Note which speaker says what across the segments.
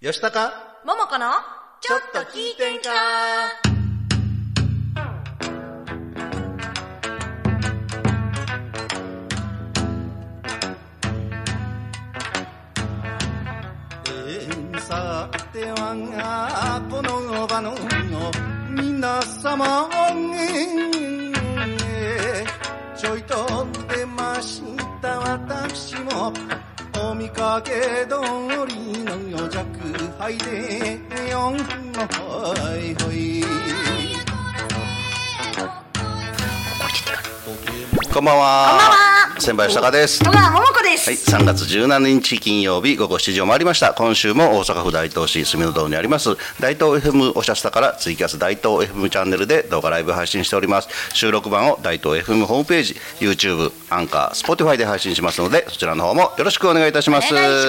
Speaker 1: よしたか
Speaker 2: ももこのちょっと聞いてんか
Speaker 1: えーさてはこの場の皆様えーちょいと出ました私もお見かけ通りの弱敗でよんほいほいこんばんは
Speaker 2: こんばんは
Speaker 1: 千葉吉高です
Speaker 2: 戸川ももこです、
Speaker 1: はい、3月17日金曜日午後7時を回りました。今週も大阪府大東市住の堂にあります、大東 FM おしゃスタからツイキャス大東 FM チャンネルで動画ライブ配信しております。収録版を大東 FM ホームページ、YouTube、アンカー、Spotify で配信しますので、そちらの方もよろしくお願いいたしま
Speaker 2: お
Speaker 1: す。
Speaker 2: 願い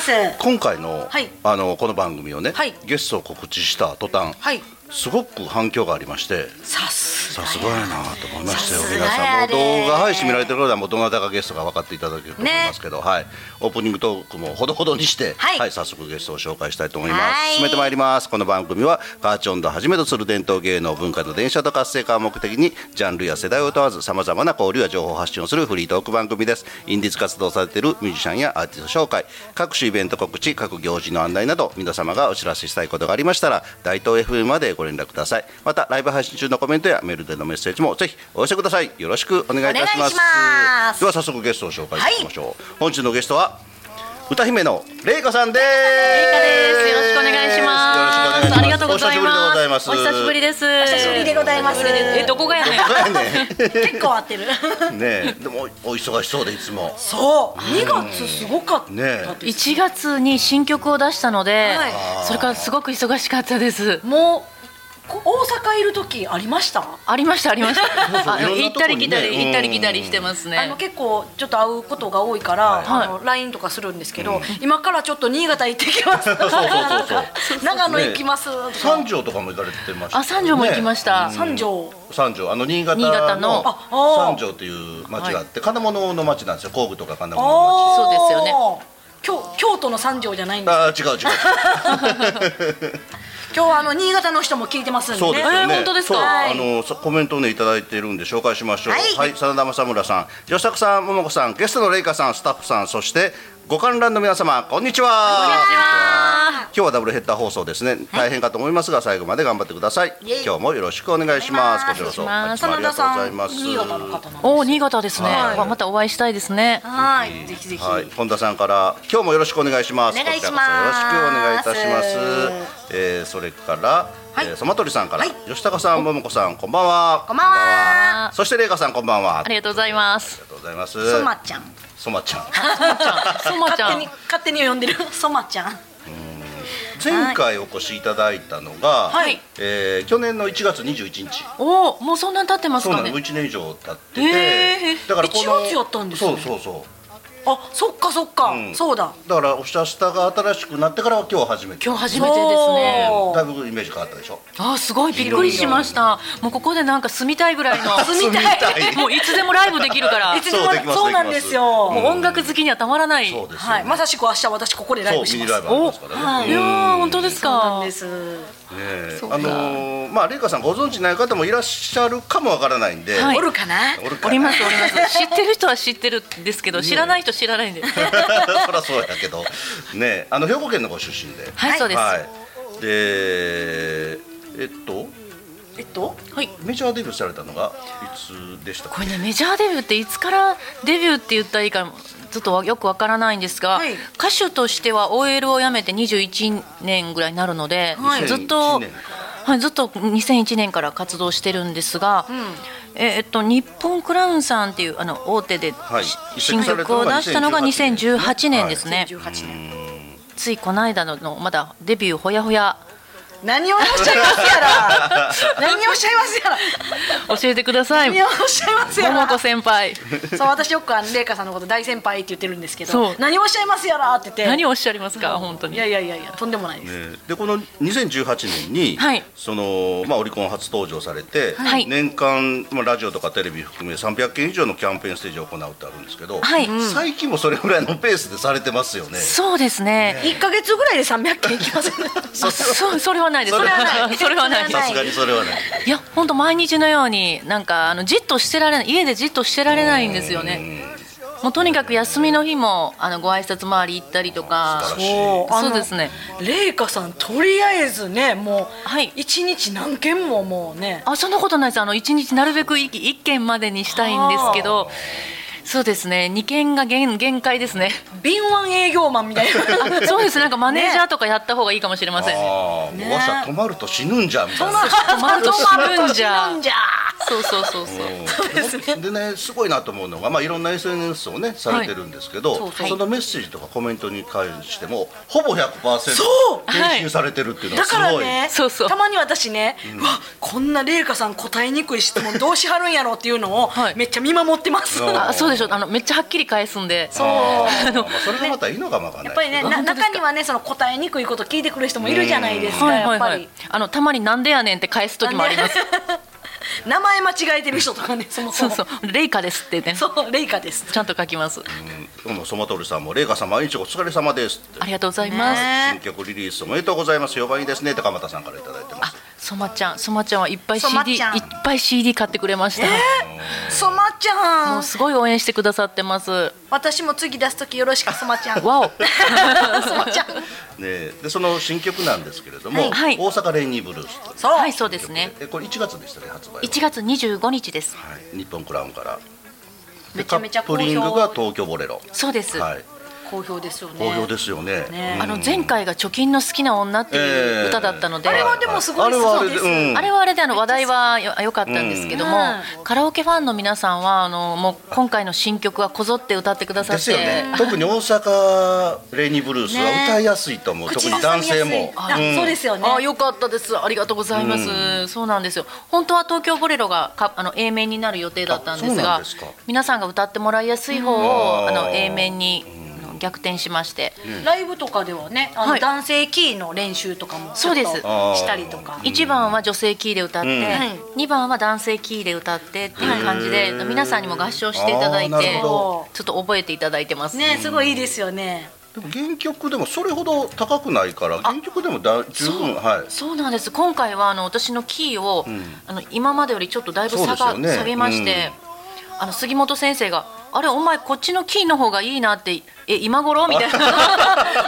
Speaker 2: します
Speaker 1: 今回の、
Speaker 2: はい
Speaker 1: あの、この番組をね、
Speaker 2: はい
Speaker 1: ゲストを告知した途端、
Speaker 2: はい
Speaker 1: すごく反響がありまして、
Speaker 2: さす
Speaker 1: さすがやなと思いましたよ
Speaker 2: さすが
Speaker 1: 皆さ
Speaker 2: や
Speaker 1: ん
Speaker 2: で
Speaker 1: もう動画配信見られてる方はもうどなたがゲストが分かっていただけると思いますけど、はい、オープニングトークもほどほどにして、
Speaker 2: はい
Speaker 1: 早速ゲストを紹介したいと思います
Speaker 2: はい
Speaker 1: 進めてまいりますこの番組はバーチョンドをはじめとする伝統芸能文化の伝承と活性化を目的にジャンルや世代を問わずさまざまな交流や情報発信をするフリートーク番組ですインディーズ活動されているミュージシャンやアーティスト紹介各種イベント告知各行事の案内など皆様がお知らせしたいことがありましたら大東 FM までご連絡くださいまたライブ配信中のコメントやメールでのメッセージもぜひお寄せくださいよろしくお願いいたします
Speaker 2: お願いします
Speaker 1: では早速ゲストを紹介していきましょう、本日のゲストは歌姫のレイカさんです。レ
Speaker 3: ゆかです。よろしくお願いします。ありがとうございます。
Speaker 1: お久しぶりでございます。
Speaker 3: です。お
Speaker 2: 久しぶりでございます
Speaker 3: え、どこがやねん。
Speaker 1: そうや ね。
Speaker 2: 結構合って る
Speaker 1: ねえ、でもお忙しそうでいつ も。
Speaker 2: そう2月すごかった
Speaker 1: ねえ
Speaker 2: って
Speaker 3: 1月に新曲を出したので
Speaker 2: はい、
Speaker 3: それからすごく忙しかったです。
Speaker 2: もうこ大阪いる時ありました
Speaker 3: ありましたありました。あ
Speaker 1: いろ
Speaker 3: の
Speaker 1: んなと
Speaker 3: 行っ
Speaker 1: こ
Speaker 3: た
Speaker 1: に
Speaker 3: り
Speaker 1: ね
Speaker 3: 来たり行ったり来たりしてます
Speaker 2: あの
Speaker 3: ね。
Speaker 2: 結構ちょっと会うことが多いから、
Speaker 3: はい
Speaker 2: あの LINE とかするんですけど、今からちょっと新潟行ってきます
Speaker 1: そうそうそうそう。
Speaker 2: 長野行きますとか、
Speaker 1: 三条とかも行かれてましたよね。
Speaker 3: あ、三条も行きました。
Speaker 2: 三条
Speaker 1: 三条あの新潟
Speaker 3: 新潟
Speaker 1: の
Speaker 3: の
Speaker 2: ああー
Speaker 1: 三条という町があって金物の町なんですよ工具とか金物の町
Speaker 2: あー
Speaker 3: そうですよね
Speaker 2: 京京都の三条じゃないんです
Speaker 1: あー違う違う
Speaker 2: 今日はあの新潟の人も聞いてますんでね
Speaker 1: そうですよね
Speaker 3: えー本当ですか
Speaker 1: そう
Speaker 2: はい
Speaker 1: あのそコメントをねいただいているんで紹介しましょう
Speaker 2: はい
Speaker 1: はい真田正村さん吉作さん桃子さんゲストのレイカさんスタッフさんそしてご観覧の皆様こんにちは今日はダブルヘッダー放送ですね、大変かと思いますが最後まで頑張ってください
Speaker 2: イエイ
Speaker 1: 今日もよろしくお願いします
Speaker 2: お願
Speaker 1: こ
Speaker 2: い
Speaker 1: ち
Speaker 2: し
Speaker 1: らこ
Speaker 3: ます
Speaker 1: そ本日
Speaker 2: 真田
Speaker 1: もありが
Speaker 2: さ
Speaker 1: とうござい
Speaker 2: ん
Speaker 1: ます
Speaker 2: 新潟の方なんで
Speaker 3: お、新潟ですね。
Speaker 2: はい
Speaker 3: わまたお会いしたいですね。
Speaker 2: はいぜひぜひ、
Speaker 1: はい、本田さんから今日もよろしくお願いします。
Speaker 2: お願いします
Speaker 1: こちらこそよろしくお願いいたします。えー、それから、
Speaker 2: はい
Speaker 1: えー、ソマトリさんから、
Speaker 2: はい
Speaker 1: 吉高さん、桃子さん、こんばんは。
Speaker 2: こんばんは
Speaker 1: そしてレイカさん、こんばんは。あ
Speaker 3: あ
Speaker 1: り
Speaker 3: りがとうございます。
Speaker 1: がとうございます。
Speaker 2: そまちゃん
Speaker 1: ソ マちゃん。
Speaker 3: そまちゃ
Speaker 2: 勝
Speaker 3: ん
Speaker 2: 手に。勝手に呼んでるそまちゃん
Speaker 1: 前回お越しいただいたのが、
Speaker 3: はい
Speaker 1: えー去年の1月21日。
Speaker 3: お、もうそんなに経ってます
Speaker 1: そう
Speaker 3: か
Speaker 1: なの、
Speaker 3: ね
Speaker 1: もう。1年以上経ってて、
Speaker 3: へー
Speaker 2: 1月やったんですね
Speaker 1: そうそうそう。
Speaker 2: あそっかそっか、
Speaker 1: うん
Speaker 2: そうだ
Speaker 1: だからおしゃしたが新しくなってからは今日初めて
Speaker 3: 今日初めてですね。
Speaker 1: だいぶイメージ変わったでしょ
Speaker 3: あーすごいびっくりしましたもうここでなんか住みたいぐらいの
Speaker 2: 住みたい
Speaker 3: もういつでもライブできるから
Speaker 2: いつでも
Speaker 1: そうできます
Speaker 2: そうなんですよ、
Speaker 3: もう音楽好きにはたまらない
Speaker 1: そうですよ
Speaker 2: はい、まさしく明日私ここでライ
Speaker 1: そう
Speaker 2: ブし
Speaker 1: ミ
Speaker 2: ます
Speaker 1: ニライブありますから
Speaker 2: は
Speaker 1: ね
Speaker 3: いやー本当です
Speaker 2: そう
Speaker 3: か
Speaker 2: なんです
Speaker 1: ねえ
Speaker 3: そうか
Speaker 1: あのーまあレイカさんご存知ない方もいらっしゃるかもわからないんで、
Speaker 3: はい
Speaker 2: おるかな
Speaker 1: おるか
Speaker 3: おりますおります知ってる人は知ってるんですけど知らない人知らないんではい、
Speaker 1: す そりゃそうやけどねえあの兵庫県のご出身で
Speaker 2: はい
Speaker 3: そうです、はい
Speaker 1: いでえっと
Speaker 2: えっと
Speaker 1: メジャーデビューされたのがいつでした
Speaker 3: こ
Speaker 1: か
Speaker 3: れねメジャーデビューっていつからデビューって言ったらいいかちょっとわよくわからないんですが、
Speaker 2: はい
Speaker 3: 歌手としては OL を辞めて21年ぐらいになるので、
Speaker 2: はい
Speaker 3: ずっ
Speaker 1: 2001
Speaker 3: と
Speaker 1: 年
Speaker 3: はい、ずっと2001年から活動してるんですが、えーっと日本クラウンさんっていうあの大手で、
Speaker 1: い
Speaker 3: し
Speaker 1: 移
Speaker 3: 新
Speaker 1: 籍された
Speaker 3: 曲
Speaker 1: の
Speaker 3: を出
Speaker 1: が
Speaker 3: したのが2018
Speaker 1: 2018
Speaker 3: 年ですね、
Speaker 2: 18年
Speaker 3: ついこの間のまだデビューほやほや
Speaker 2: 何をおっしゃいますやら何をおっしゃいますやら
Speaker 3: 教えてください
Speaker 2: 何をおっしゃいますや
Speaker 3: 桃
Speaker 2: ら
Speaker 3: 子先 輩
Speaker 2: そう私よくあの麗華さんのこと大先輩って言ってるんですけ
Speaker 3: そう
Speaker 2: ど何をおっしゃいますやらって言って
Speaker 3: 何をおっしゃいますか本当
Speaker 2: い
Speaker 3: に
Speaker 2: やいやいやいやとんでもないです、
Speaker 1: ねでこの2018年に、
Speaker 3: はい
Speaker 1: そのまあ、オリコン初登場されて、
Speaker 3: はい
Speaker 1: 年間、まあ、ラジオとかテレビ含め300件以上のキャンペーンステージを行うってあるんですけど、
Speaker 3: はいうん
Speaker 1: 最近もそれぐらいのペースでされてますよね。
Speaker 3: そうですね
Speaker 2: 一ヶ月ぐらいで300件いきますね
Speaker 3: そそそれはないです
Speaker 1: それは
Speaker 2: ない
Speaker 3: それはない
Speaker 2: それは
Speaker 3: で
Speaker 2: な
Speaker 3: す
Speaker 1: さすがにそれはね、
Speaker 3: いや本当毎日のようになんかあのじっとしてられない家でじっとしてられないんですよねもうとにかく休みの日もあのご挨拶回り行ったりとか
Speaker 1: 素晴らしい
Speaker 2: そうあの
Speaker 3: そうですね
Speaker 2: 麗華さんとりあえずねも
Speaker 3: は
Speaker 2: う
Speaker 3: い
Speaker 2: 一日何件ももうね
Speaker 3: あそんなことないですあの一日なるべく 1, 件までにしたいんですけどそうですね2件が限限界ですね
Speaker 2: 敏腕営業マンみたいな
Speaker 3: そうですなんかマネージャーとかやった方がいいかもしれませ ん、
Speaker 1: ああ、もうわしゃ止まると死ぬんじゃんみたいな。
Speaker 3: 止まると死ぬんじゃ
Speaker 2: なんじゃ
Speaker 3: そうそうそうそう
Speaker 1: うんでねすごいなと思うのが、まあ、いろんな SNS をねされてるんですけど、
Speaker 3: そうそう
Speaker 1: そのメッセージとかコメントに関してもほぼ100%
Speaker 2: そう
Speaker 1: 返信されてるっていうの
Speaker 2: だ
Speaker 1: はす
Speaker 2: か
Speaker 1: ごい。
Speaker 2: らね
Speaker 3: そうそう
Speaker 2: たまに私ね、うわこんな麗華さん答えにくい質問どうしはるんやろっていうのを、
Speaker 3: はい
Speaker 2: めっちゃ見守ってます
Speaker 1: うん
Speaker 3: あそうでしょあのめっちゃはっきり返すんで
Speaker 2: そう
Speaker 1: あー
Speaker 2: あ
Speaker 1: まあそれがまたいいのかもわかん
Speaker 2: や
Speaker 1: な
Speaker 2: っ
Speaker 1: い
Speaker 2: ぱ
Speaker 1: で
Speaker 2: り
Speaker 1: すけ
Speaker 2: ね
Speaker 1: ど。
Speaker 2: な中にはねその答えにくいこと聞いてくる人もいるじゃないですか、
Speaker 3: はいは
Speaker 2: や
Speaker 3: い
Speaker 2: っぱり、
Speaker 3: はいあのたまになんでやねんって返す時もあります
Speaker 2: 名前間違えてる人とか ねそもそ
Speaker 3: そう
Speaker 2: も
Speaker 3: そう「レイカです」ってね
Speaker 2: そう麗華です
Speaker 3: ちゃんと書きます
Speaker 1: 今日もソマトルさんも「レイカさん毎日お疲れ様です」って
Speaker 3: ありがとうございます、
Speaker 1: 新曲リリースおめでとうございます4番いいですね高俣さんから頂いてま
Speaker 3: あ
Speaker 1: す
Speaker 3: そまちゃんそまちゃんはいっぱい
Speaker 2: そま
Speaker 3: CD い
Speaker 2: ち
Speaker 3: っ
Speaker 2: ゃん
Speaker 3: ぱい CD 買ってくれました、
Speaker 2: そまちゃ
Speaker 3: もうんすごい応援してくださってますわ
Speaker 2: 私も次出す時よろしくそまちゃん そ
Speaker 3: お
Speaker 2: まちゃん
Speaker 1: ねでその新曲なんですけれども「
Speaker 3: はい
Speaker 1: 大阪レイニーブルース」という曲
Speaker 2: そう、
Speaker 3: はいそうですね
Speaker 1: えこれ1月でしたね発売は
Speaker 3: 1月25日です
Speaker 1: はい日本クラウンからで
Speaker 2: めちゃめちゃ
Speaker 1: カップリングが東京ボレロ
Speaker 3: そうです、
Speaker 1: はい
Speaker 2: 好評ですよね
Speaker 1: 好評ですよね
Speaker 2: ね
Speaker 1: うん
Speaker 3: あの前回が「貯金の好きな女」っていう歌だったので、
Speaker 2: えーあれはでもすごい
Speaker 1: あれはあれで
Speaker 2: そうです
Speaker 1: うん
Speaker 3: あれはあれであの話題はよ良かったんですけども、
Speaker 2: う
Speaker 3: カラオケファンの皆さんはあのもう今回の新曲はこぞって歌ってくださ
Speaker 1: で
Speaker 3: っ
Speaker 1: す
Speaker 3: て、
Speaker 1: よね特に大阪レイニーブルースは
Speaker 2: ね
Speaker 1: 歌いやすいと思う特
Speaker 2: 口
Speaker 1: に
Speaker 2: ずさ
Speaker 1: 男
Speaker 2: みやすい
Speaker 1: 性も
Speaker 2: あ
Speaker 1: うん
Speaker 2: そうですよね
Speaker 3: あ良かったですありがとうございます、そうなんですよ本当は東京ボレロがかあの A 面になる予定だったんです
Speaker 1: あそうな
Speaker 3: が
Speaker 1: んですか
Speaker 3: 皆さんが歌ってもらいやすい方
Speaker 1: うん
Speaker 3: をあ
Speaker 1: あ
Speaker 3: の
Speaker 1: ー
Speaker 3: A 面にあの逆転しまして、
Speaker 2: ライブとかではねあの、
Speaker 3: はい
Speaker 2: 男性キーの練習とかもちょっと
Speaker 3: そうです
Speaker 2: したりとか
Speaker 3: 1番は女性キーで歌って、
Speaker 2: う
Speaker 3: 2番は男性キーで歌ってっていう感じで
Speaker 1: うん
Speaker 3: 皆さんにも合唱していただい
Speaker 1: あーな
Speaker 3: て
Speaker 1: る
Speaker 3: ちょ
Speaker 2: ほ
Speaker 3: っと覚えていただいてます、
Speaker 2: ねすごいいいですよね
Speaker 1: でも原曲でもそれほど高くないから原曲でもだ十分はい
Speaker 3: そうなんです今回はあの私のキーを、あの今までよりちょっとだいぶ下
Speaker 1: そう
Speaker 3: が、
Speaker 1: ですよね
Speaker 3: 下げまして、あの杉本先生が「あれお前こっちのキーの方がいいな」って「え今頃?」みたい な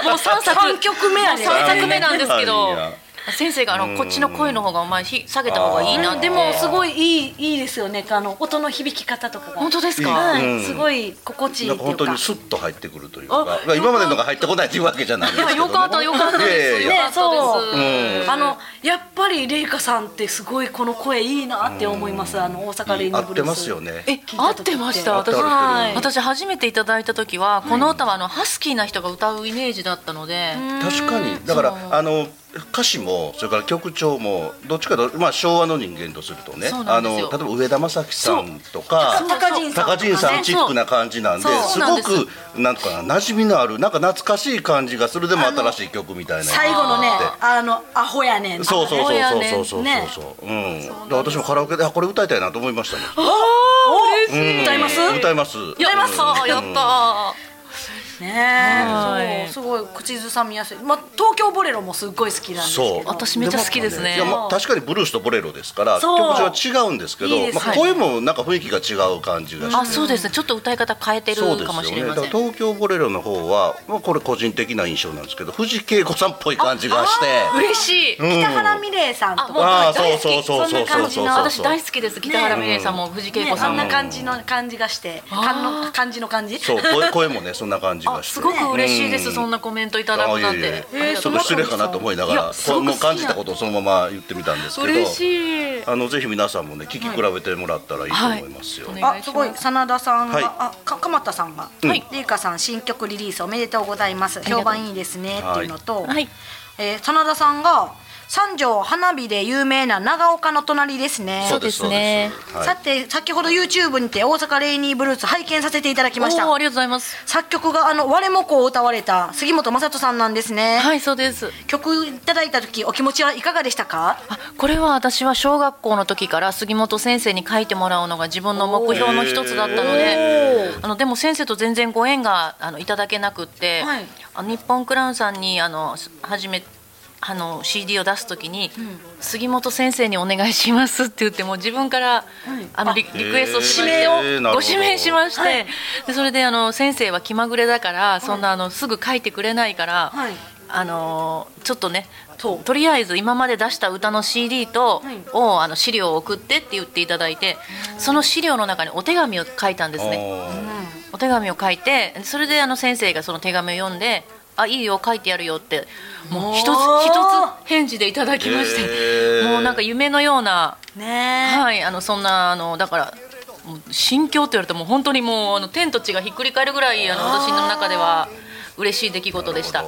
Speaker 3: もう三作
Speaker 2: 三曲目やね
Speaker 3: 3作目なんですけ
Speaker 1: い
Speaker 3: ど
Speaker 1: やい
Speaker 3: 先生があの「こっちの声の方がお前ひ下げた方がいいな」って
Speaker 2: でもすごいいいいいですよねあの音の響き方とかが
Speaker 3: 本当ですか、
Speaker 2: はい、
Speaker 1: うん
Speaker 2: すごい心地いい
Speaker 1: な
Speaker 2: っ
Speaker 1: ん
Speaker 2: て
Speaker 1: か
Speaker 2: い
Speaker 1: 本
Speaker 2: うか
Speaker 1: 当にスッと入ってくるというか
Speaker 3: あ
Speaker 1: 今までのが入ってこないというわけじゃないんですけどね
Speaker 3: いやよかったよかったです
Speaker 1: いやいやい
Speaker 3: ね
Speaker 1: や
Speaker 2: そう、
Speaker 3: うん
Speaker 2: あのやっぱりレイカさんってすごいこの声いいなって思います、あの大阪レイニ
Speaker 1: 合
Speaker 2: ーブ
Speaker 1: って
Speaker 2: ルース
Speaker 1: ますよね
Speaker 3: え合ってました
Speaker 1: 合って
Speaker 3: 私
Speaker 1: る
Speaker 2: はい
Speaker 3: 私初めていただいた時はこの歌はあのハスキーな人が歌うイメージだったので、
Speaker 1: 確かにだからあの歌詞もそれから曲調もどっちかというと、まあ、昭和の人間とするとね
Speaker 3: そうな
Speaker 1: あ
Speaker 3: んですよ
Speaker 1: の例えば上田正樹さんとか
Speaker 3: そう
Speaker 2: 高陣さんとか
Speaker 1: 高
Speaker 2: ね
Speaker 1: 陣さんチックな感じなんで
Speaker 3: そう
Speaker 1: す
Speaker 3: そうなん
Speaker 1: ご
Speaker 3: です
Speaker 1: くなんかな馴染みのあるなんか懐かしい感じがするでも新しい曲みたいな
Speaker 2: 最後のねあのアホやねん
Speaker 1: そうそうそうそうそうそうそうそう、
Speaker 2: ね
Speaker 1: うん、だから私もカラオケであこれ歌いたいなと思いましたもん
Speaker 2: お
Speaker 1: うん
Speaker 2: 歌います
Speaker 1: 歌います
Speaker 3: やった
Speaker 1: うん
Speaker 3: ーやったーは
Speaker 2: ね
Speaker 3: い
Speaker 2: えそうすごい口ずさみやすいまあ東京ボレロもすっごい好きなんですけ
Speaker 1: そう
Speaker 2: ど
Speaker 3: 私めっちゃ好きですね
Speaker 1: いやまあ確かにブルースとボレロですから曲
Speaker 2: そう
Speaker 1: 調は違うんですけど
Speaker 2: いいです
Speaker 1: まあ、声もなんか雰囲気が違う感じがして
Speaker 3: あそうですねちょっと歌い方変えてる
Speaker 1: そうで
Speaker 3: かも
Speaker 1: す
Speaker 3: し
Speaker 1: よ
Speaker 3: れ
Speaker 1: ね
Speaker 3: ま
Speaker 1: だ
Speaker 3: せ
Speaker 1: か
Speaker 3: ん、
Speaker 1: ら東京ボレロの方は、まあ、これ個人的な印象なんですけど藤恵子さんっぽい感じがして
Speaker 3: 嬉しい、
Speaker 2: 北原美玲さんと
Speaker 3: あ
Speaker 2: か
Speaker 3: もう
Speaker 1: あ
Speaker 3: 大
Speaker 1: あ
Speaker 3: 好き
Speaker 1: そうそうそうそう
Speaker 3: そんな感じの
Speaker 1: そうそう
Speaker 3: 私
Speaker 1: そう
Speaker 3: 大好きです北原美玲さんも藤恵
Speaker 2: ね
Speaker 3: 子さ
Speaker 2: あ
Speaker 3: ん
Speaker 2: ん
Speaker 3: も、
Speaker 2: な感じの感じがして感の感じの感じ
Speaker 1: そう声声もねそんな感じが
Speaker 3: あ
Speaker 1: して
Speaker 3: すごく嬉しいです、そんなコメントいただくなんて、
Speaker 1: あいえいえ
Speaker 3: ありが
Speaker 1: ち
Speaker 3: と
Speaker 1: ょ
Speaker 3: う
Speaker 1: っ
Speaker 3: ご
Speaker 1: と
Speaker 3: ざ
Speaker 1: 失
Speaker 3: い
Speaker 1: 礼かなと思いなが
Speaker 3: い
Speaker 1: ら
Speaker 3: やす
Speaker 1: こ
Speaker 3: ご
Speaker 1: うも
Speaker 3: く好き
Speaker 1: う
Speaker 3: な
Speaker 1: 感じたことをそのまま言ってみたんですけど
Speaker 3: 嬉しい
Speaker 1: あのぜひ皆さんもね聞き比べてもらったらいいと思いますよ、
Speaker 3: はい
Speaker 2: あすごい
Speaker 3: お願いします
Speaker 2: 真田さんが、
Speaker 1: はい
Speaker 2: あか鎌田さんが、
Speaker 1: うん
Speaker 3: はい
Speaker 2: レイカさん新曲リリースおめでとうございます
Speaker 3: りがとう
Speaker 2: 評判いいですねっていうのと、
Speaker 3: はい
Speaker 2: えー真田さんが三条花火で有名な長岡の隣ですね
Speaker 3: そうですね
Speaker 1: そうですはい
Speaker 2: さて先ほど YouTube にて大阪レイニーブルース拝見させていただきました
Speaker 3: おーありがとうございます。
Speaker 2: 作曲があの「我も子」を歌われた杉本雅人さんなんですね、
Speaker 3: はい、そうです。
Speaker 2: 曲いただいた時お気持ちはいかがでしたか
Speaker 3: あこれは私は小学校の時から杉本先生に書いてもらうのが自分の目標の一つだったのであのでも先生と全然ご縁があのいただけなくって、
Speaker 2: はい
Speaker 3: あの日本クラウンさんにあのす初めあの CD を出す時に、杉本先生にお願いします」って言ってもう自分から、あのリリクエストしまして
Speaker 1: へーなるほど
Speaker 3: ご指名しまして、でそれであの先生は気まぐれだからそんなあのすぐ書いてくれないから。
Speaker 2: はい
Speaker 3: あのーちょっとねととりあえず今まで出した歌の CD と、
Speaker 2: はい
Speaker 3: をあの資料を送ってって言っていただいてその資料の中にお手紙を書いたんですねお手紙を書いてそれであの先生がその手紙を読んで「あいいよ書いてやるよ」ってもう一つ
Speaker 2: おー
Speaker 3: 一つ返事でいただきまして、
Speaker 1: へー
Speaker 3: もうなんか夢のような
Speaker 2: ねえ、
Speaker 3: はい、あのそんなあのだからもう心境って言われても本当にもうあの天と地がひっくり返るぐらいあの私の中では嬉しい出来事でした。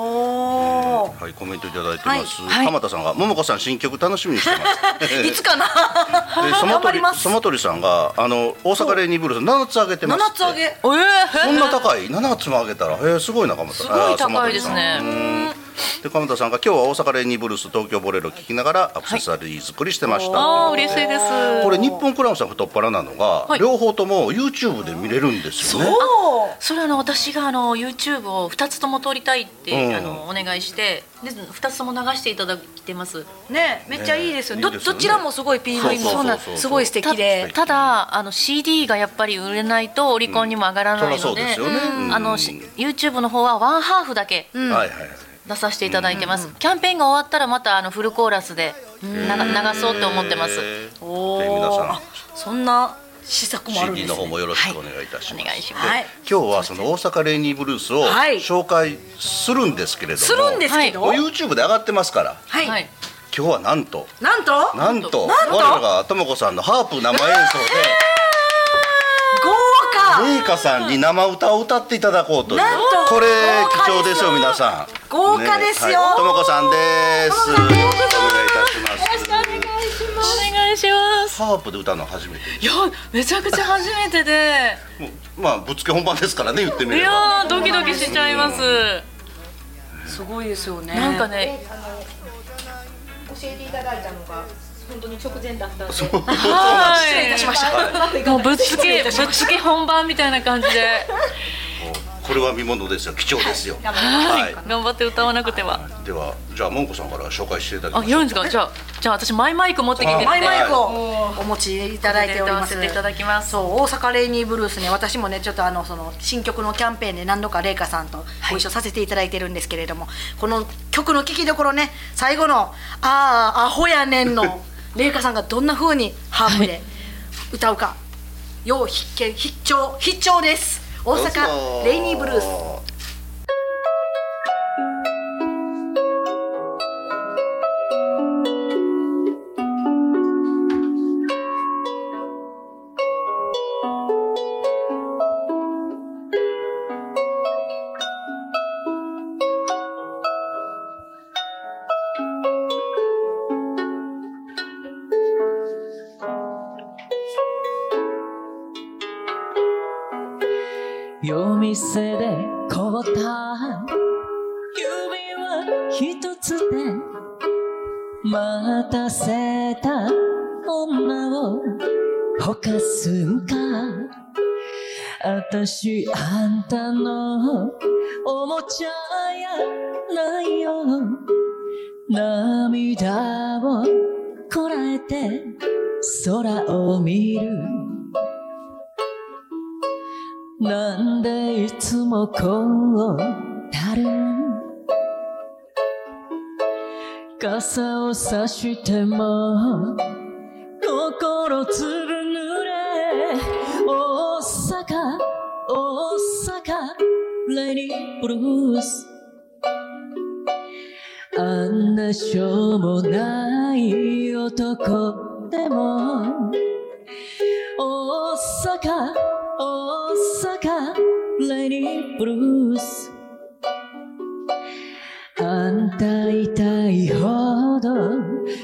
Speaker 2: おー
Speaker 1: はい、コメントいただいてます。
Speaker 3: はいはい
Speaker 1: 鎌田さんが、桃子さん新曲楽しみにしてます。
Speaker 2: いつかな
Speaker 1: でそ
Speaker 2: 頑
Speaker 1: ま
Speaker 2: 張
Speaker 1: と
Speaker 2: り
Speaker 1: り
Speaker 2: ます
Speaker 1: そまとりさんがあの大阪レイニーブルース7つ上げてます
Speaker 2: 七
Speaker 1: っ
Speaker 2: つ
Speaker 1: て
Speaker 2: 上げ
Speaker 3: えー
Speaker 1: そんな高い7つも上げたらへえすごいな鎌田さん
Speaker 3: すごい
Speaker 1: あーそまと
Speaker 3: 高い
Speaker 1: り
Speaker 3: で
Speaker 1: さ
Speaker 3: す
Speaker 1: ん
Speaker 3: ね
Speaker 1: うんで鎌田さんが今日は大阪レイニーブルース東京ボレロ聴きながらアクセサリー作りしてました、
Speaker 3: ああ嬉しいです。
Speaker 1: これ日本クラウンさん太っ腹なのが、
Speaker 3: はい
Speaker 1: 両方とも YouTube で見れるんですよね
Speaker 2: おー
Speaker 3: それはあの私があの YouTube を2つとも撮りたいって、
Speaker 1: うん
Speaker 3: あのお願いしてで2つとも流していただいてます
Speaker 2: ねめっちゃいいですよね
Speaker 1: ね
Speaker 2: ど
Speaker 1: いいですよね
Speaker 2: どちらもすごい PV
Speaker 1: そうそうそうそう
Speaker 2: もなんすごい素敵で
Speaker 3: たただあの CD がやっぱり売れないとオリコンにも上がらない
Speaker 1: そ
Speaker 3: の
Speaker 1: り
Speaker 3: で,、
Speaker 1: ゃそうですよねうん
Speaker 3: あのし YouTube の方はワンハーフだけ
Speaker 1: はいはいはい
Speaker 3: 出させていただいてます、キャンペーンが終わったらまたあのフルコーラスで流流そうと思ってます
Speaker 2: お
Speaker 1: で皆さん
Speaker 2: ーあそんな試作もあるんで
Speaker 1: CD
Speaker 2: すね
Speaker 1: の方もよろしくお願いいたします、
Speaker 3: お願いします、
Speaker 2: はい
Speaker 1: 今日はその大阪レイニーブルースを
Speaker 2: はい
Speaker 1: 紹介するんですけれども、
Speaker 2: するんですけど
Speaker 1: もう
Speaker 2: はい、
Speaker 1: YouTube で上がってますから
Speaker 3: はい
Speaker 1: 今日はなんと
Speaker 2: なんと豪
Speaker 1: なんと
Speaker 2: なんと
Speaker 1: 我らがともこさんのハープ生演奏
Speaker 2: 華
Speaker 1: でレイカさんに生歌を歌っていただこうという
Speaker 2: なんと
Speaker 1: これ
Speaker 2: 豪華ですよ
Speaker 1: 貴重ですよ皆さん
Speaker 2: 豪華ですよ
Speaker 1: ねはいともこさんですお願いいたします
Speaker 3: お願いします
Speaker 1: ハープで歌うのは初めて
Speaker 3: いやめちゃくちゃ初めてで
Speaker 1: もうまあぶっつけ本番ですからね言ってみ
Speaker 3: い
Speaker 1: れば
Speaker 3: やードキドキしちゃいます
Speaker 2: すごいですよね
Speaker 3: なんかね
Speaker 4: 教えていただいたのが本当に直前だったん で
Speaker 1: そう
Speaker 3: はい
Speaker 2: 失礼いたしました、
Speaker 3: もうぶっつけぶっつけ本番みたいな感じで、
Speaker 1: これは見物ですよ貴重ですよ
Speaker 3: は
Speaker 1: はい
Speaker 3: い、頑張って歌わなくては
Speaker 1: ではじゃあもんこさんから紹介していただき
Speaker 3: あ
Speaker 1: まし
Speaker 3: やるんですかじゃあじゃあ私マイマイク持ってきてって
Speaker 1: あ
Speaker 2: マイ
Speaker 1: イ
Speaker 2: マイクをお持ちいただいております
Speaker 3: 歌わせていただきます
Speaker 2: そう大阪レイニーブルースね私もねちょっとあのその新曲のキャンペーンで何度かレイカさんとご一緒させていただいてるんですけれども、この曲の聴きどころね最後の「ああアホやねんの」 レイカさんがどんな風にハープで歌うか、要必見必聴必聴です大
Speaker 1: どうぞ
Speaker 2: 阪レイニーブルース
Speaker 5: 夜店で買うた指は一つで待たせた女をほかすんか私あんたのおもちゃやないよ涙をこらえて空を見るなんでいつもこうなる傘を差しても心ずぶ濡れ大阪大阪レイニーブルースあんなしょうもない男でも大阪大阪レディーブルースあんた痛い方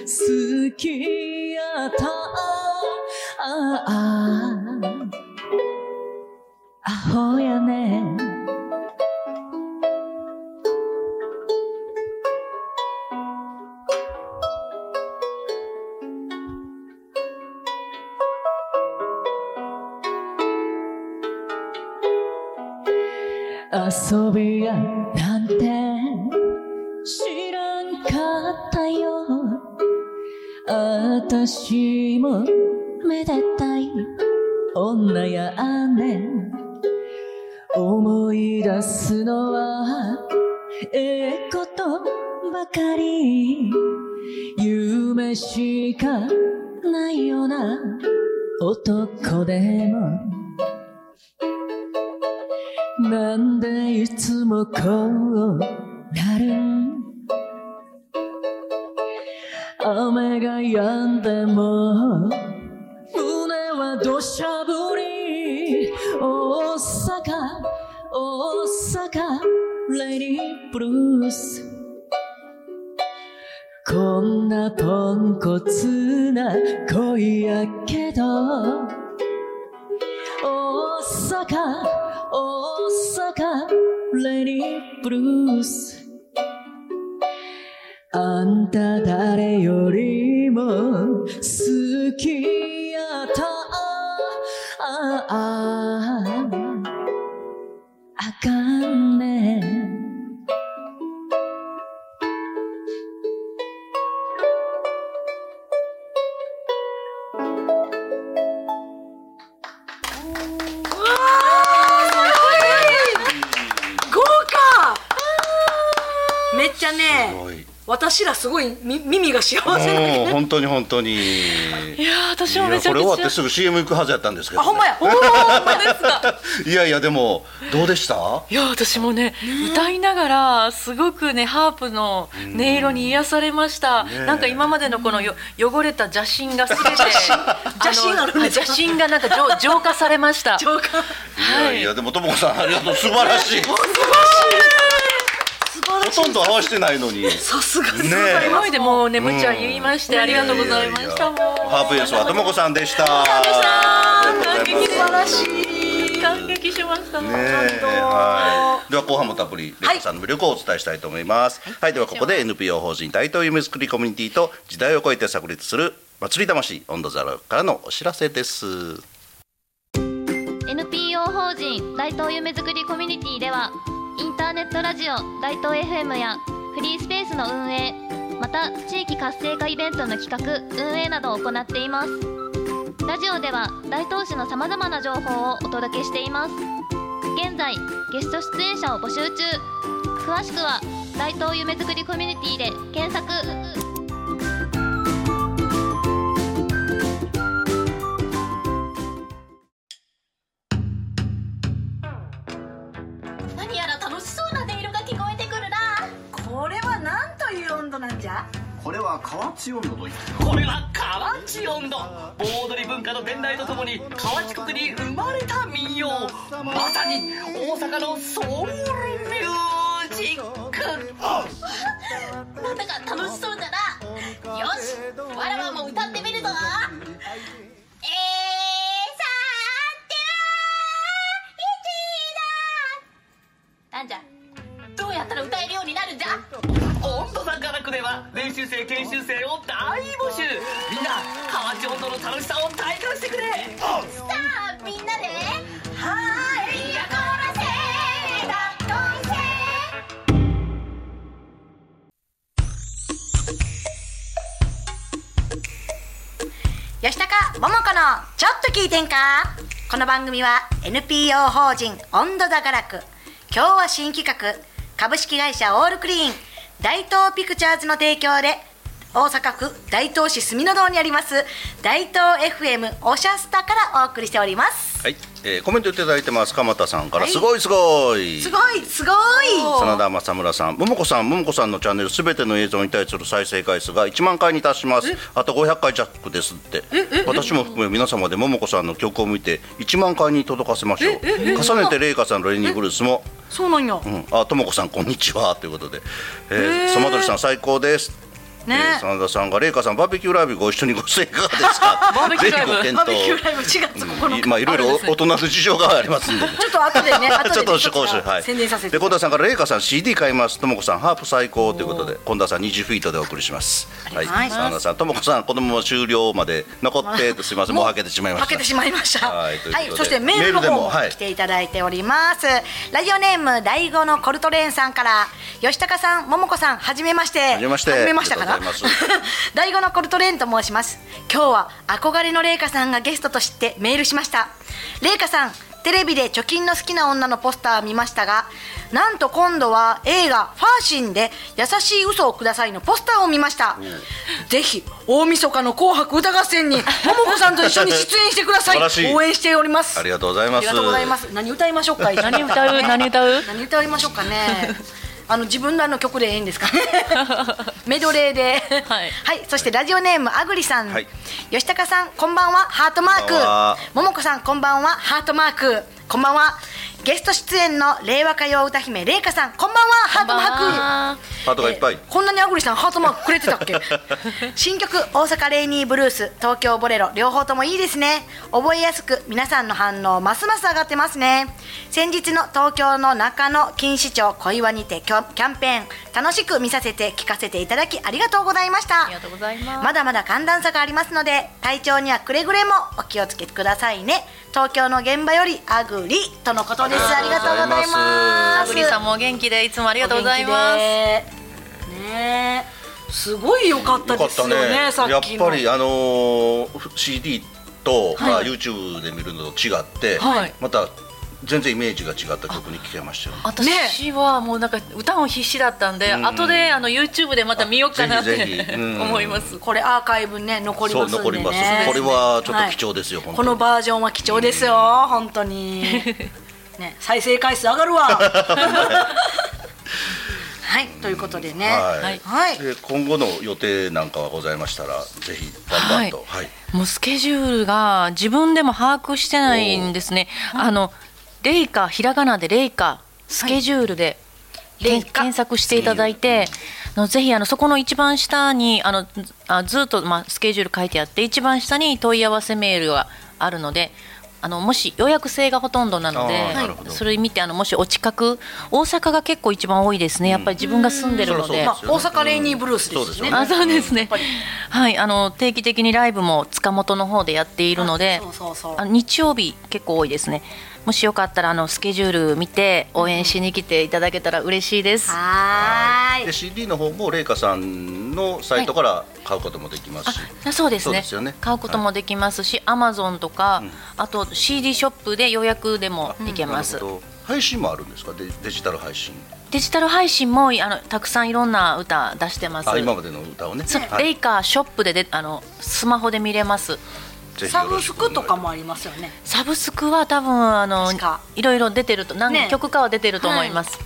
Speaker 5: 付き合ったああアホやね遊びやなんて知らんかったよあたしもめでたい女や姉思い出すのはええことばかり夢しかないような男でもなんでいつもこうなるん雨が止んでも胸は土砂降り大阪大阪レディーブルースこんなポンコツな恋やけど大阪大阪レディーブルースあんた誰よりも好きやったあああかんね
Speaker 2: 豪華めっちゃね
Speaker 1: ごい
Speaker 2: 私らすごいみ耳が幸せな
Speaker 1: もう本当に本当にい
Speaker 3: いやー私もめ
Speaker 1: や
Speaker 3: ちゃ
Speaker 1: こ
Speaker 3: く
Speaker 1: れ終わっ
Speaker 3: ちゃ
Speaker 1: てすぐ CM 行くはずやったんですけど、
Speaker 2: あ
Speaker 1: ね、
Speaker 2: ほんまや
Speaker 3: おーほんまですか
Speaker 1: いやいやでもどうでした
Speaker 3: いや私もね歌いながらすごくねハープの音色に癒されました、
Speaker 1: ねえ
Speaker 3: なんか今までのこのよ汚れた邪神がすべて
Speaker 2: 邪神あるんですか
Speaker 3: 邪神がなんか浄浄化されました
Speaker 2: 情感
Speaker 1: いやいやでもともこさんありがとう素晴らしい
Speaker 2: 素晴らしい
Speaker 1: ほとんど合わせてないのに
Speaker 2: さすが
Speaker 1: ね
Speaker 2: す
Speaker 3: すごいでもうねむちゃん言いましてありがとうございましたもう
Speaker 1: ハープ演奏はともこさんでしたありがとうございます
Speaker 2: 素晴らしい
Speaker 3: 感激しました
Speaker 1: ね
Speaker 3: も
Speaker 1: え
Speaker 3: う
Speaker 1: はい。では後半もたっぷりレイカさんの魅力をお伝えしたいと思います。はい、ではここで NPO 法人大東夢作りコミュニティと時代を超えて炸裂する祭り魂温度ザラからのお知らせです。
Speaker 6: NPO 法人大東夢作りコミュニティではインターネットラジオ大東 FM やフリースペースの運営また地域活性化イベントの企画運営などを行っていますラジオでは大東市のさまざまな情報をお届けしています現在ゲスト出演者を募集中詳しくは大東夢作りコミュニティで検索
Speaker 4: 何やら楽しそうな音色が聞こえてくるな
Speaker 2: これはなんという温度なんじゃ
Speaker 7: これは河内温度といって
Speaker 8: これは河内音頭盆踊り文化の伝来とともに河内国に生まれた民謡まさに大阪のソウルミュージック
Speaker 4: なんだか楽しそうだなよしわらわも歌ってみるぞえーさーてーいちだなんじゃどうやったら歌えるようになるんじゃ
Speaker 8: 音頭さんからくでは練習生研修生を大募集みんな河内音頭の楽しさを体感してくれ
Speaker 4: さあみんなではーいやこらせーだっこいせー
Speaker 2: 吉高桃子のちょっと聞いてんかこの番組は NPO 法人温度だがらく今日は新企画株式会社オールクリーン大東ピクチャーズの提供で大阪府大東市住の堂にあります大東 FM おしゃスタからお送りしております
Speaker 1: はい、えー、コメントいただいてます鎌田さんから、
Speaker 2: はい
Speaker 1: すごいすごい。
Speaker 2: すごいすごい
Speaker 1: 真田正村さん、桃子さん、桃子さんのチャンネルすべての映像に対する再生回数が1万回に達します。あと500回弱ですって。私も含め皆様で桃子さんの曲を見て1万回に届かせましょう。重ねて麗華さんのレニーブルースも、
Speaker 2: そうなんよ
Speaker 1: うん、あ、ともこさんこんにちはということで、えー、そまどりさん最高です。
Speaker 2: ね
Speaker 1: えー真田さんが麗華さんバーベキューライブご一緒にご成果がですか
Speaker 3: バーベキューライブ
Speaker 1: ぜひご
Speaker 2: バーベ
Speaker 1: 検
Speaker 2: キュー
Speaker 1: 討
Speaker 2: ライブ4月9日、
Speaker 1: いまあいろいろ大人の事情がありますんで。
Speaker 2: ちょっと後 でね後でね
Speaker 1: ちょっと講習はい。
Speaker 2: 宣伝させて
Speaker 1: で、近田さんから麗華さん CD 買います。ともこさんハープ最高ということで、近田さん20フィートでお送りします。はい。
Speaker 2: はい
Speaker 1: 真田さん、ともこさんこのまま終了まで残ってすみません。もうはけてしまいました。
Speaker 2: はけてしまいました。
Speaker 1: は
Speaker 2: はいい
Speaker 1: ということで
Speaker 2: そしてメールの
Speaker 1: メールで
Speaker 2: 方
Speaker 1: も
Speaker 2: も
Speaker 1: はい
Speaker 2: 来ていただいております。ラジオネーム第五のコルトレーンさんから吉高さん、桃子さん、はじめまして。は
Speaker 1: じめまして
Speaker 2: はじめましたかな
Speaker 1: ありがとうござい。
Speaker 2: 第五のコルトレーンと申します。今日は憧れの麗華さんがゲストと知ってメールしました。麗華さん。テレビで貯金の好きな女のポスターを見ましたがなんと今度は映画「ファーシン」で「優しい嘘をください」のポスターを見ました、ぜひ大晦日の「紅白歌合戦」 に桃子さんと一緒に出演してください
Speaker 1: 素晴らしい
Speaker 2: 応援しております。
Speaker 1: ありがとうございま
Speaker 2: あ
Speaker 1: す
Speaker 2: りがとうございます。何歌いましょうか。
Speaker 3: 何歌う何歌う
Speaker 2: 何歌いましょうかね。 あの自分らの曲でいいんですかね。メドレーで。
Speaker 3: はい
Speaker 2: そしてラジオネームあぐりさん。
Speaker 1: はい
Speaker 2: 吉高さんこんばんはハートマー
Speaker 1: こんばんは
Speaker 2: ク。ももこさんこんばんはハートマーク。こんばんは。ゲスト出演の令和歌謡歌姫麗華さんこんばんはハートマーク。
Speaker 1: ハートがいっぱい
Speaker 2: えーこんなにあぐりさんハートマークくれてたっ け新曲「大阪レイニーブルース」「東京ボレロ」両方ともいいですね覚えやすく皆さんの反応ますます上がってますね先日の東京の中野錦糸町小岩にてキャキャンペーン楽しく見させて聞かせていただきありがとうございました
Speaker 3: ありがとうございます
Speaker 2: まだまだ寒暖差がありますので体調にはくれぐれもお気をつけくださいね東京の現場よりあぐりとのことですありがとうございます
Speaker 3: あぐりさんもお元気でいつもありがとうございます
Speaker 2: す。ねえ、すごい良かった
Speaker 1: よか
Speaker 2: で
Speaker 1: っ
Speaker 2: す
Speaker 1: た
Speaker 2: よね。
Speaker 1: ね。
Speaker 2: さ
Speaker 1: やっ
Speaker 2: っきの
Speaker 1: ぱりあのー CD と、まあ YouTube で見るのと違って、
Speaker 3: はい
Speaker 1: また全然イメージが違った曲に聞けましたよね。
Speaker 3: 私はもうなんか歌も必死だったんで、後であの YouTube でまた見ようかなって
Speaker 1: ぜひぜひうん
Speaker 3: 思います。
Speaker 2: これアーカイブね残り
Speaker 1: そ
Speaker 2: ま
Speaker 1: う
Speaker 2: すん
Speaker 1: 残
Speaker 2: で
Speaker 1: り
Speaker 2: ね。
Speaker 1: ます。これはちょっと貴重
Speaker 2: で
Speaker 1: ですよ。
Speaker 2: す
Speaker 1: 本当
Speaker 2: こ
Speaker 1: に
Speaker 2: のバージョンは貴重ですよ。本当に。 ね、再生回数上がるわ。 はい、ということでね。
Speaker 1: は
Speaker 2: はいい。
Speaker 1: で今後の予定なんかはございましたらぜひバンバンと、はい
Speaker 3: もうスケジュールが自分でも把握してないんですね。あのレイカひらがなでレイカスケジュールで、
Speaker 2: レ
Speaker 3: けん
Speaker 2: イカ
Speaker 3: 検索していただいて、あのぜひあのそこの一番下にあのずあずっとまあスケジュール書いてあって一番下に問い合わせメールがあるので。あのもし予約制がほとんどなので
Speaker 1: あーなるほど
Speaker 3: それ見てあのもしお近く大阪が結構一番多いですねやっぱり自分が住んでるので、
Speaker 1: うん
Speaker 2: まあ大阪レイニーブルース
Speaker 1: そう
Speaker 2: で
Speaker 1: です
Speaker 2: す
Speaker 1: よ
Speaker 2: ね。
Speaker 1: ね
Speaker 3: あそうですね
Speaker 2: ぱり。
Speaker 3: はい、あの定期的にライブも塚本の方でやっているので、
Speaker 2: あそうそうそう
Speaker 3: あの日曜日結構多いですね。もしよかったらあのスケジュール見て応援しに来ていただけたら嬉しいです。
Speaker 2: はー
Speaker 1: で
Speaker 2: い。
Speaker 1: CD の方も麗華さんのサイトから買うこともできますし、
Speaker 3: あそうです
Speaker 1: そう
Speaker 3: ね
Speaker 1: ですよね
Speaker 3: 買うこともできますし、Amazon とか、あと CD ショップで予約でもいけ
Speaker 1: な
Speaker 3: ま
Speaker 1: る
Speaker 3: す。
Speaker 1: ほど配信もあるんですかデデジタル配信
Speaker 3: デジタル配信もあのたくさんいろんな歌出してます。
Speaker 1: あ今までの歌をね
Speaker 3: そう
Speaker 1: は
Speaker 3: レ
Speaker 1: い
Speaker 3: イカーショップでであのスマホで見れます。
Speaker 1: ぜひ
Speaker 2: サ
Speaker 1: よろ
Speaker 2: ブ
Speaker 1: し
Speaker 2: ス
Speaker 1: くお願
Speaker 2: クと
Speaker 1: い
Speaker 2: かもありますよね。
Speaker 3: サブスクは多分あの
Speaker 2: 確か
Speaker 3: いろいろ出てると何
Speaker 2: ね
Speaker 3: 曲かは出てると思います。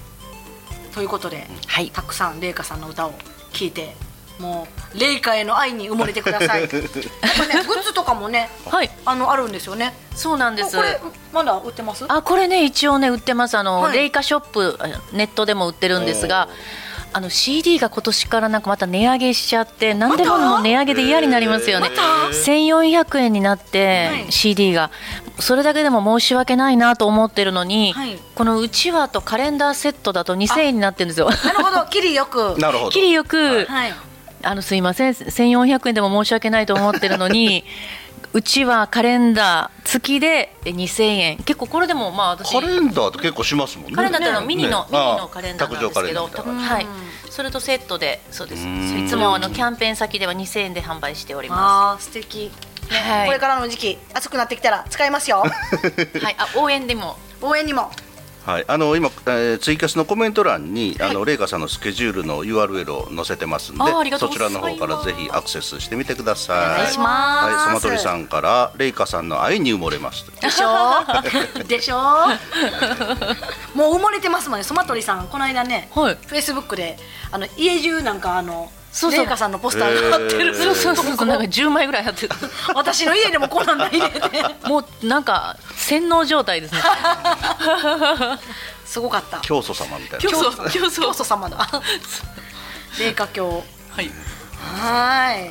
Speaker 2: ということで、
Speaker 3: はい
Speaker 2: たくさん麗華さんの歌を聴いてもう麗華への愛に埋もれてくだ さいやっぱねグッズとかもね
Speaker 3: はい、
Speaker 2: あのあるんですよね
Speaker 3: そうなんです
Speaker 2: もう。これまだ売ってます
Speaker 3: あ、これね一応ね売ってます。あの、
Speaker 2: はい
Speaker 3: レイカショップあネットでも売ってるんですが。あの CD が今年からなんかまた値上げしちゃって何でもの値上げで嫌になりますよね、1400円になって
Speaker 2: はい
Speaker 3: CD がそれだけでも申し訳ないなと思ってるのに、
Speaker 2: はい
Speaker 3: このうちわとカレンダーセットだと2000円になってるんですよ。
Speaker 2: なるほどキリよく
Speaker 1: なるほど
Speaker 3: きりよく、
Speaker 2: はい
Speaker 3: あのすいません1400円でも申し訳ないと思ってるのにうちはカレンダー付きでえ2000円結構これでもまあ私
Speaker 1: カレンダーって結構しますもんね
Speaker 3: カレンダーってあの
Speaker 1: ね
Speaker 3: ミニの、
Speaker 1: ね
Speaker 3: ミニ
Speaker 1: あ
Speaker 3: のカレンダーなん
Speaker 1: 卓
Speaker 3: ですけど
Speaker 1: 上カレンダーみたいな
Speaker 3: はいそれとセットでそうです
Speaker 1: ん
Speaker 3: いつもあのキャンペーン先では2000円で販売しておりま
Speaker 2: あー素敵、
Speaker 3: すは
Speaker 2: これ
Speaker 3: い、
Speaker 2: からの時期暑くなってきたら使います よ
Speaker 3: はい、あ応援でも
Speaker 2: 応援にも
Speaker 1: はい、あの今、えーツイキャスのコメント欄に、あのレイカさんのスケジュールの URL を載せてますんで
Speaker 3: あーありが
Speaker 1: そ
Speaker 3: と
Speaker 1: う
Speaker 3: ご
Speaker 1: ち
Speaker 3: ざ
Speaker 1: ら
Speaker 3: います
Speaker 1: の方からぜひアクセスしてみてください。
Speaker 2: お願いします
Speaker 1: はい、そまとりさんからレイカさんの愛に埋もれます。
Speaker 2: でしょ でしょもう埋もれてますもんねソマトリさんこの間ね、
Speaker 3: はい
Speaker 2: フェイスブックであの家中なんかあの
Speaker 3: そうそう
Speaker 2: 麗華さんのポスターが貼ってる、
Speaker 3: そうそうそうそうなんか10枚ぐらい貼ってた
Speaker 2: 私の家でもこんなんない ね
Speaker 3: もうなんか洗脳状態ですね
Speaker 2: すごかった
Speaker 1: 教祖様みたいな。
Speaker 3: 教祖
Speaker 2: 教祖様だ霊華教
Speaker 3: はい
Speaker 2: はい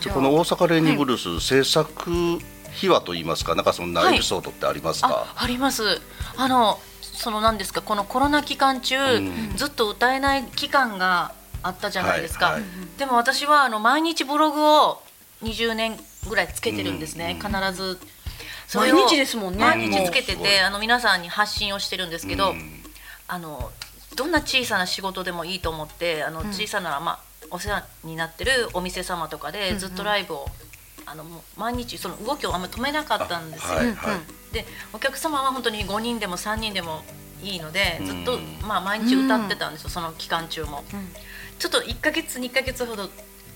Speaker 1: じゃあこの大阪レイニーブルース制作秘話といいますかなんかそんな
Speaker 3: はい
Speaker 1: エピソードってありますか、
Speaker 3: あありますあのその何ですかこのコロナ期間中、
Speaker 1: ん
Speaker 3: ずっと歌えない期間があったじゃないですか、
Speaker 1: はいはい
Speaker 3: でも私はあの毎日ブログを20年ぐらいつけてるんですね、
Speaker 1: う
Speaker 3: 必ずそ
Speaker 2: 毎
Speaker 3: れを
Speaker 2: 日ですもんね
Speaker 3: 毎日つけて
Speaker 1: もうすごい
Speaker 3: てあの皆さんに発信をしてるんですけど、
Speaker 1: うん
Speaker 3: あのどんな小さな仕事でもいいと思ってあの小さな、まあ、お世話になってるお店様とかでずっとライブを、あのもう毎日その動きをあんまり止めなかったんですよ。
Speaker 1: はいはい
Speaker 3: でお客様は本当に5人でも3人でもいいのでずっと、
Speaker 1: うん
Speaker 3: まあ、毎日歌ってたんですよ、その期間中も、ちょっと1ヶ月2ヶ月ほど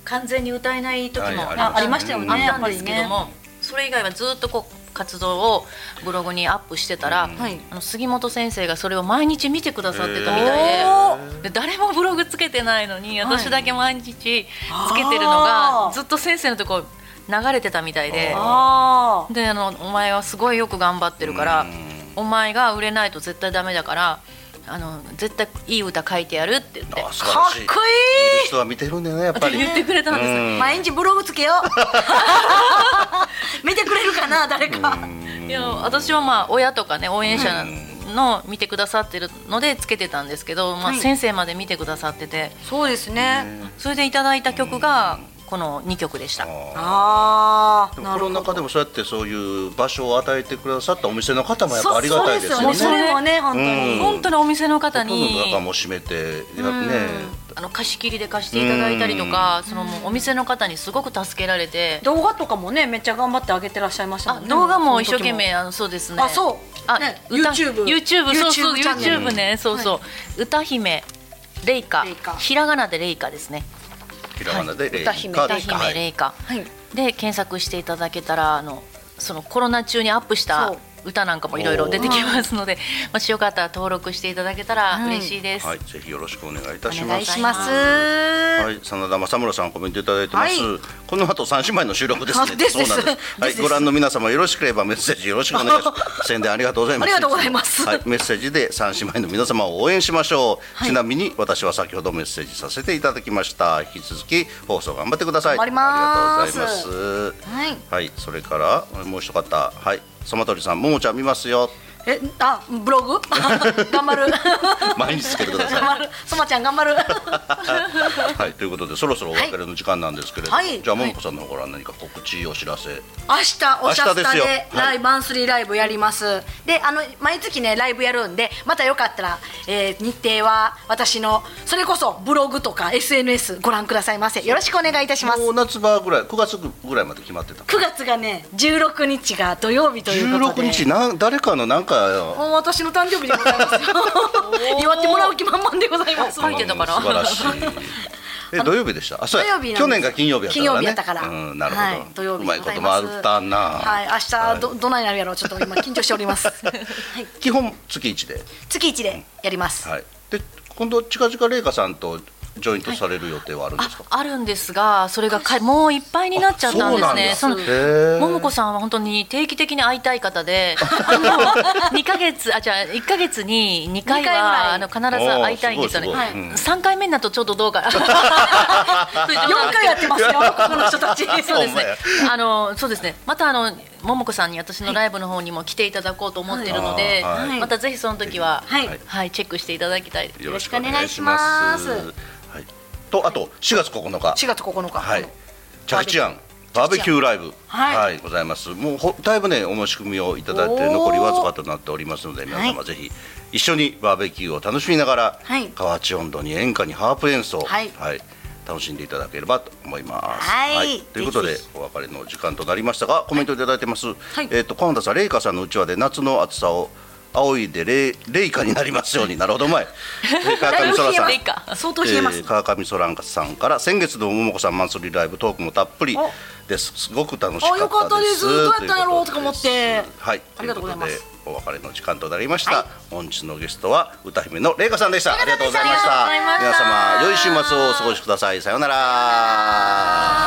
Speaker 3: 完全に歌えない時も
Speaker 1: はい
Speaker 3: あ
Speaker 1: ありましたよね
Speaker 3: あったんですけども、それ以外はずっとこう活動をブログにアップしてたら、
Speaker 1: うん
Speaker 2: はい
Speaker 3: あの杉本先生がそれを毎日見てくださってたみたいでで誰もブログつけてないのに私だけ毎日つけてるの
Speaker 2: あ
Speaker 3: が
Speaker 2: ー
Speaker 3: ずっと先生のとこ流れてたみたいで。
Speaker 2: あ
Speaker 3: であのお前はすごいよく頑張ってるから
Speaker 1: うん
Speaker 3: お前が売れないと絶対ダメだからあの絶対いい歌書いてやるって言って
Speaker 1: あ素晴らしい
Speaker 2: かっこい
Speaker 1: いる人は見てるんだよねやっぱり
Speaker 3: 言ってくれたんですよ
Speaker 1: うん
Speaker 2: 毎日ブログつけよう 見てくれるかな誰か
Speaker 3: いや私はまあ親とかね応援者の見てくださってるのでつけてたんですけど、まあ、
Speaker 2: はい
Speaker 3: 先生まで見てくださってて
Speaker 2: そうですね
Speaker 3: それでいただいた曲がこの2曲でした。
Speaker 2: ああ
Speaker 1: でも
Speaker 2: な
Speaker 1: コ
Speaker 2: る
Speaker 1: ロナ
Speaker 2: ほ
Speaker 1: 禍
Speaker 2: ど
Speaker 1: でもそうやってそういう場所を与えてくださったお店の方もやっぱありがたいですよ
Speaker 2: そう
Speaker 1: ね。
Speaker 2: ですよねそれもね本当に
Speaker 1: うん
Speaker 3: 本当にお店の方
Speaker 1: ほとんど
Speaker 3: に
Speaker 1: 中も閉めてやっ
Speaker 3: あの貸し切りで貸していただいたりとかそのもうお店の方にすごく助けられて
Speaker 2: 動画とかもねめっちゃ頑張って上げてらっしゃいましたも
Speaker 3: あ
Speaker 2: んね
Speaker 3: 動画も一生懸
Speaker 2: その時
Speaker 3: 命あのそうですね
Speaker 2: あそう
Speaker 3: あ、
Speaker 2: ね
Speaker 3: 歌
Speaker 2: YouTube
Speaker 3: YouTube そうそう
Speaker 2: YouTube チャンネル
Speaker 3: YouTube ねそうそう、歌姫レイカ
Speaker 2: レイカ
Speaker 3: ひらがなでレイカですね
Speaker 1: ねひらがなでレイ
Speaker 2: 歌姫
Speaker 1: カ
Speaker 3: 歌
Speaker 1: です
Speaker 3: 姫レイカ、
Speaker 2: はい
Speaker 3: で検索していただけたらあのそのコロナ中にアップした
Speaker 2: そう
Speaker 3: 歌なんかもいろいろ出てきますので、もしよかったら登録していただけたら嬉しいです、
Speaker 1: はい、ぜひよろしくお願いいたし
Speaker 3: お
Speaker 1: ま
Speaker 3: 願
Speaker 1: す
Speaker 2: し
Speaker 3: い。し
Speaker 2: ま
Speaker 3: ますす
Speaker 1: はい、真田正村さんコメントいただいてます。
Speaker 2: は
Speaker 1: この後三姉妹の収録です
Speaker 2: あ
Speaker 1: ね。
Speaker 2: です
Speaker 1: そう
Speaker 2: です
Speaker 1: なんです。は
Speaker 2: で
Speaker 1: い、
Speaker 2: すです
Speaker 1: ご覧の皆様よろしければメッセージよろしくお願いします。宣伝ありがとうございます。
Speaker 2: ありがとうございます
Speaker 1: はい、メッセージで三姉妹の皆様を応援しましょう。
Speaker 2: い
Speaker 1: ちなみに私は先ほどメッセージさせていただきました。引き続き放送頑張ってください。
Speaker 2: 頑張ります
Speaker 1: ありがとうございます。
Speaker 2: はい
Speaker 1: はい、それからもう一方、はい、そまとりさん、ももちゃん見ますよ。
Speaker 2: えあブログ 頑張る
Speaker 1: 毎日つけてくだ さい
Speaker 2: 頑張るそまちゃん頑 張る
Speaker 1: はい、ということでそろそろお別れの時間なんですけれども、
Speaker 2: はいはい
Speaker 1: じゃあももこさんの方から何か告知お知らせ、
Speaker 2: 明日おしゃ
Speaker 1: 明日
Speaker 2: ス
Speaker 1: で
Speaker 2: タ
Speaker 1: すよ
Speaker 2: で
Speaker 1: は
Speaker 2: ラ
Speaker 1: い
Speaker 2: イブマンスリーライブやりますであの毎月ねライブやるんでまたよかったら、えー日程は私のそれこそブログとか SNS ご覧くださいませよろしくお願いいたします
Speaker 1: もう夏場ぐらい9月ぐらいまで決まってた
Speaker 2: 9月がね16日が土曜日ということ
Speaker 1: 16
Speaker 2: で
Speaker 1: 日なん誰かのなんか
Speaker 2: もう私の誕生日でござい ますよ祝ってもらう気満々でございます
Speaker 3: 書いてたから
Speaker 1: うん素晴 らしいえ土曜日でしたあそう
Speaker 2: 土
Speaker 1: や
Speaker 2: 曜日なんです
Speaker 1: 去年が金曜日やったか
Speaker 2: 金曜日やったから、
Speaker 1: らねうん、なるほど、
Speaker 2: はい、土曜日
Speaker 1: うまいこと回ったな、
Speaker 2: はい明日ど、
Speaker 1: はい
Speaker 2: どないなるやろうちょっと今緊張しております はい
Speaker 1: 基本月1で、
Speaker 2: 月一でやります、
Speaker 1: はい、で今度近々麗華さんとジョイントされる予定はあるんですか、
Speaker 3: あるんですがそれがかもういっぱいになっちゃったんですね
Speaker 1: あそうなんだ
Speaker 3: の
Speaker 1: へー
Speaker 3: ももこさんは本当に定期的に会いたい方で2ヶ月あじゃあ1ヶ月に2回
Speaker 2: 二回ぐらい
Speaker 3: はあの必ず会いたいんですよね
Speaker 1: おーすごいすごいはい
Speaker 3: 3回目になるとちょっとどうかそういう状況なん
Speaker 2: 4回
Speaker 3: ですけど
Speaker 2: やってますよここの人たち
Speaker 3: そうですね
Speaker 1: ほんまや。
Speaker 3: あのそうですね。またあの桃子さんに私のライブの方にも来ていただこうと思っているので、
Speaker 1: はい
Speaker 2: はい
Speaker 3: またぜひその時は
Speaker 2: はい
Speaker 3: はいチェックしていただきたいです。
Speaker 1: よ
Speaker 2: よ
Speaker 1: ろ
Speaker 2: ろ
Speaker 1: し
Speaker 2: し
Speaker 1: く
Speaker 2: く
Speaker 1: お
Speaker 2: お
Speaker 1: 願
Speaker 2: 願
Speaker 1: い
Speaker 2: い
Speaker 1: し
Speaker 2: し
Speaker 1: ま。
Speaker 2: ますす
Speaker 1: はい、とあと4月9日。
Speaker 2: 4月9日
Speaker 1: はい
Speaker 2: この。
Speaker 1: チャキチアンバーベキューライブは、
Speaker 2: はいい
Speaker 1: ございます。もうほだいぶねお申し込みをいただいて残りわずかとなっておりますので皆様ぜひ一緒にバーベキューを楽しみながら、
Speaker 2: はい
Speaker 1: 河内音頭に演歌にハープ演奏、
Speaker 2: はい
Speaker 1: 楽しんでいただければと思います。
Speaker 2: はい
Speaker 1: ということ
Speaker 2: ぜ
Speaker 1: で
Speaker 2: ひぜ
Speaker 1: お別れの時間となりましたがコメントいただいてます。
Speaker 2: い
Speaker 1: えっ、と川田さんレイカさんのうちわで夏の暑さを青いでレイレイカになりますようになるほど うまい。川上空さん
Speaker 3: レイカ
Speaker 2: 相当冷えます、
Speaker 1: えー川上ソランカさんから先月の桃子さんマンスリーライブトークもたっぷりですすごく楽しかったです
Speaker 2: あよかったですどうやったんやろう
Speaker 1: いうことです
Speaker 2: とか思って
Speaker 1: はい
Speaker 2: ありがとうございます
Speaker 1: ということでお別れの時間となりました、本日のゲストは歌姫の玲香さんでしたありがとうございました皆様良い週末をお過ごしくださいさようなら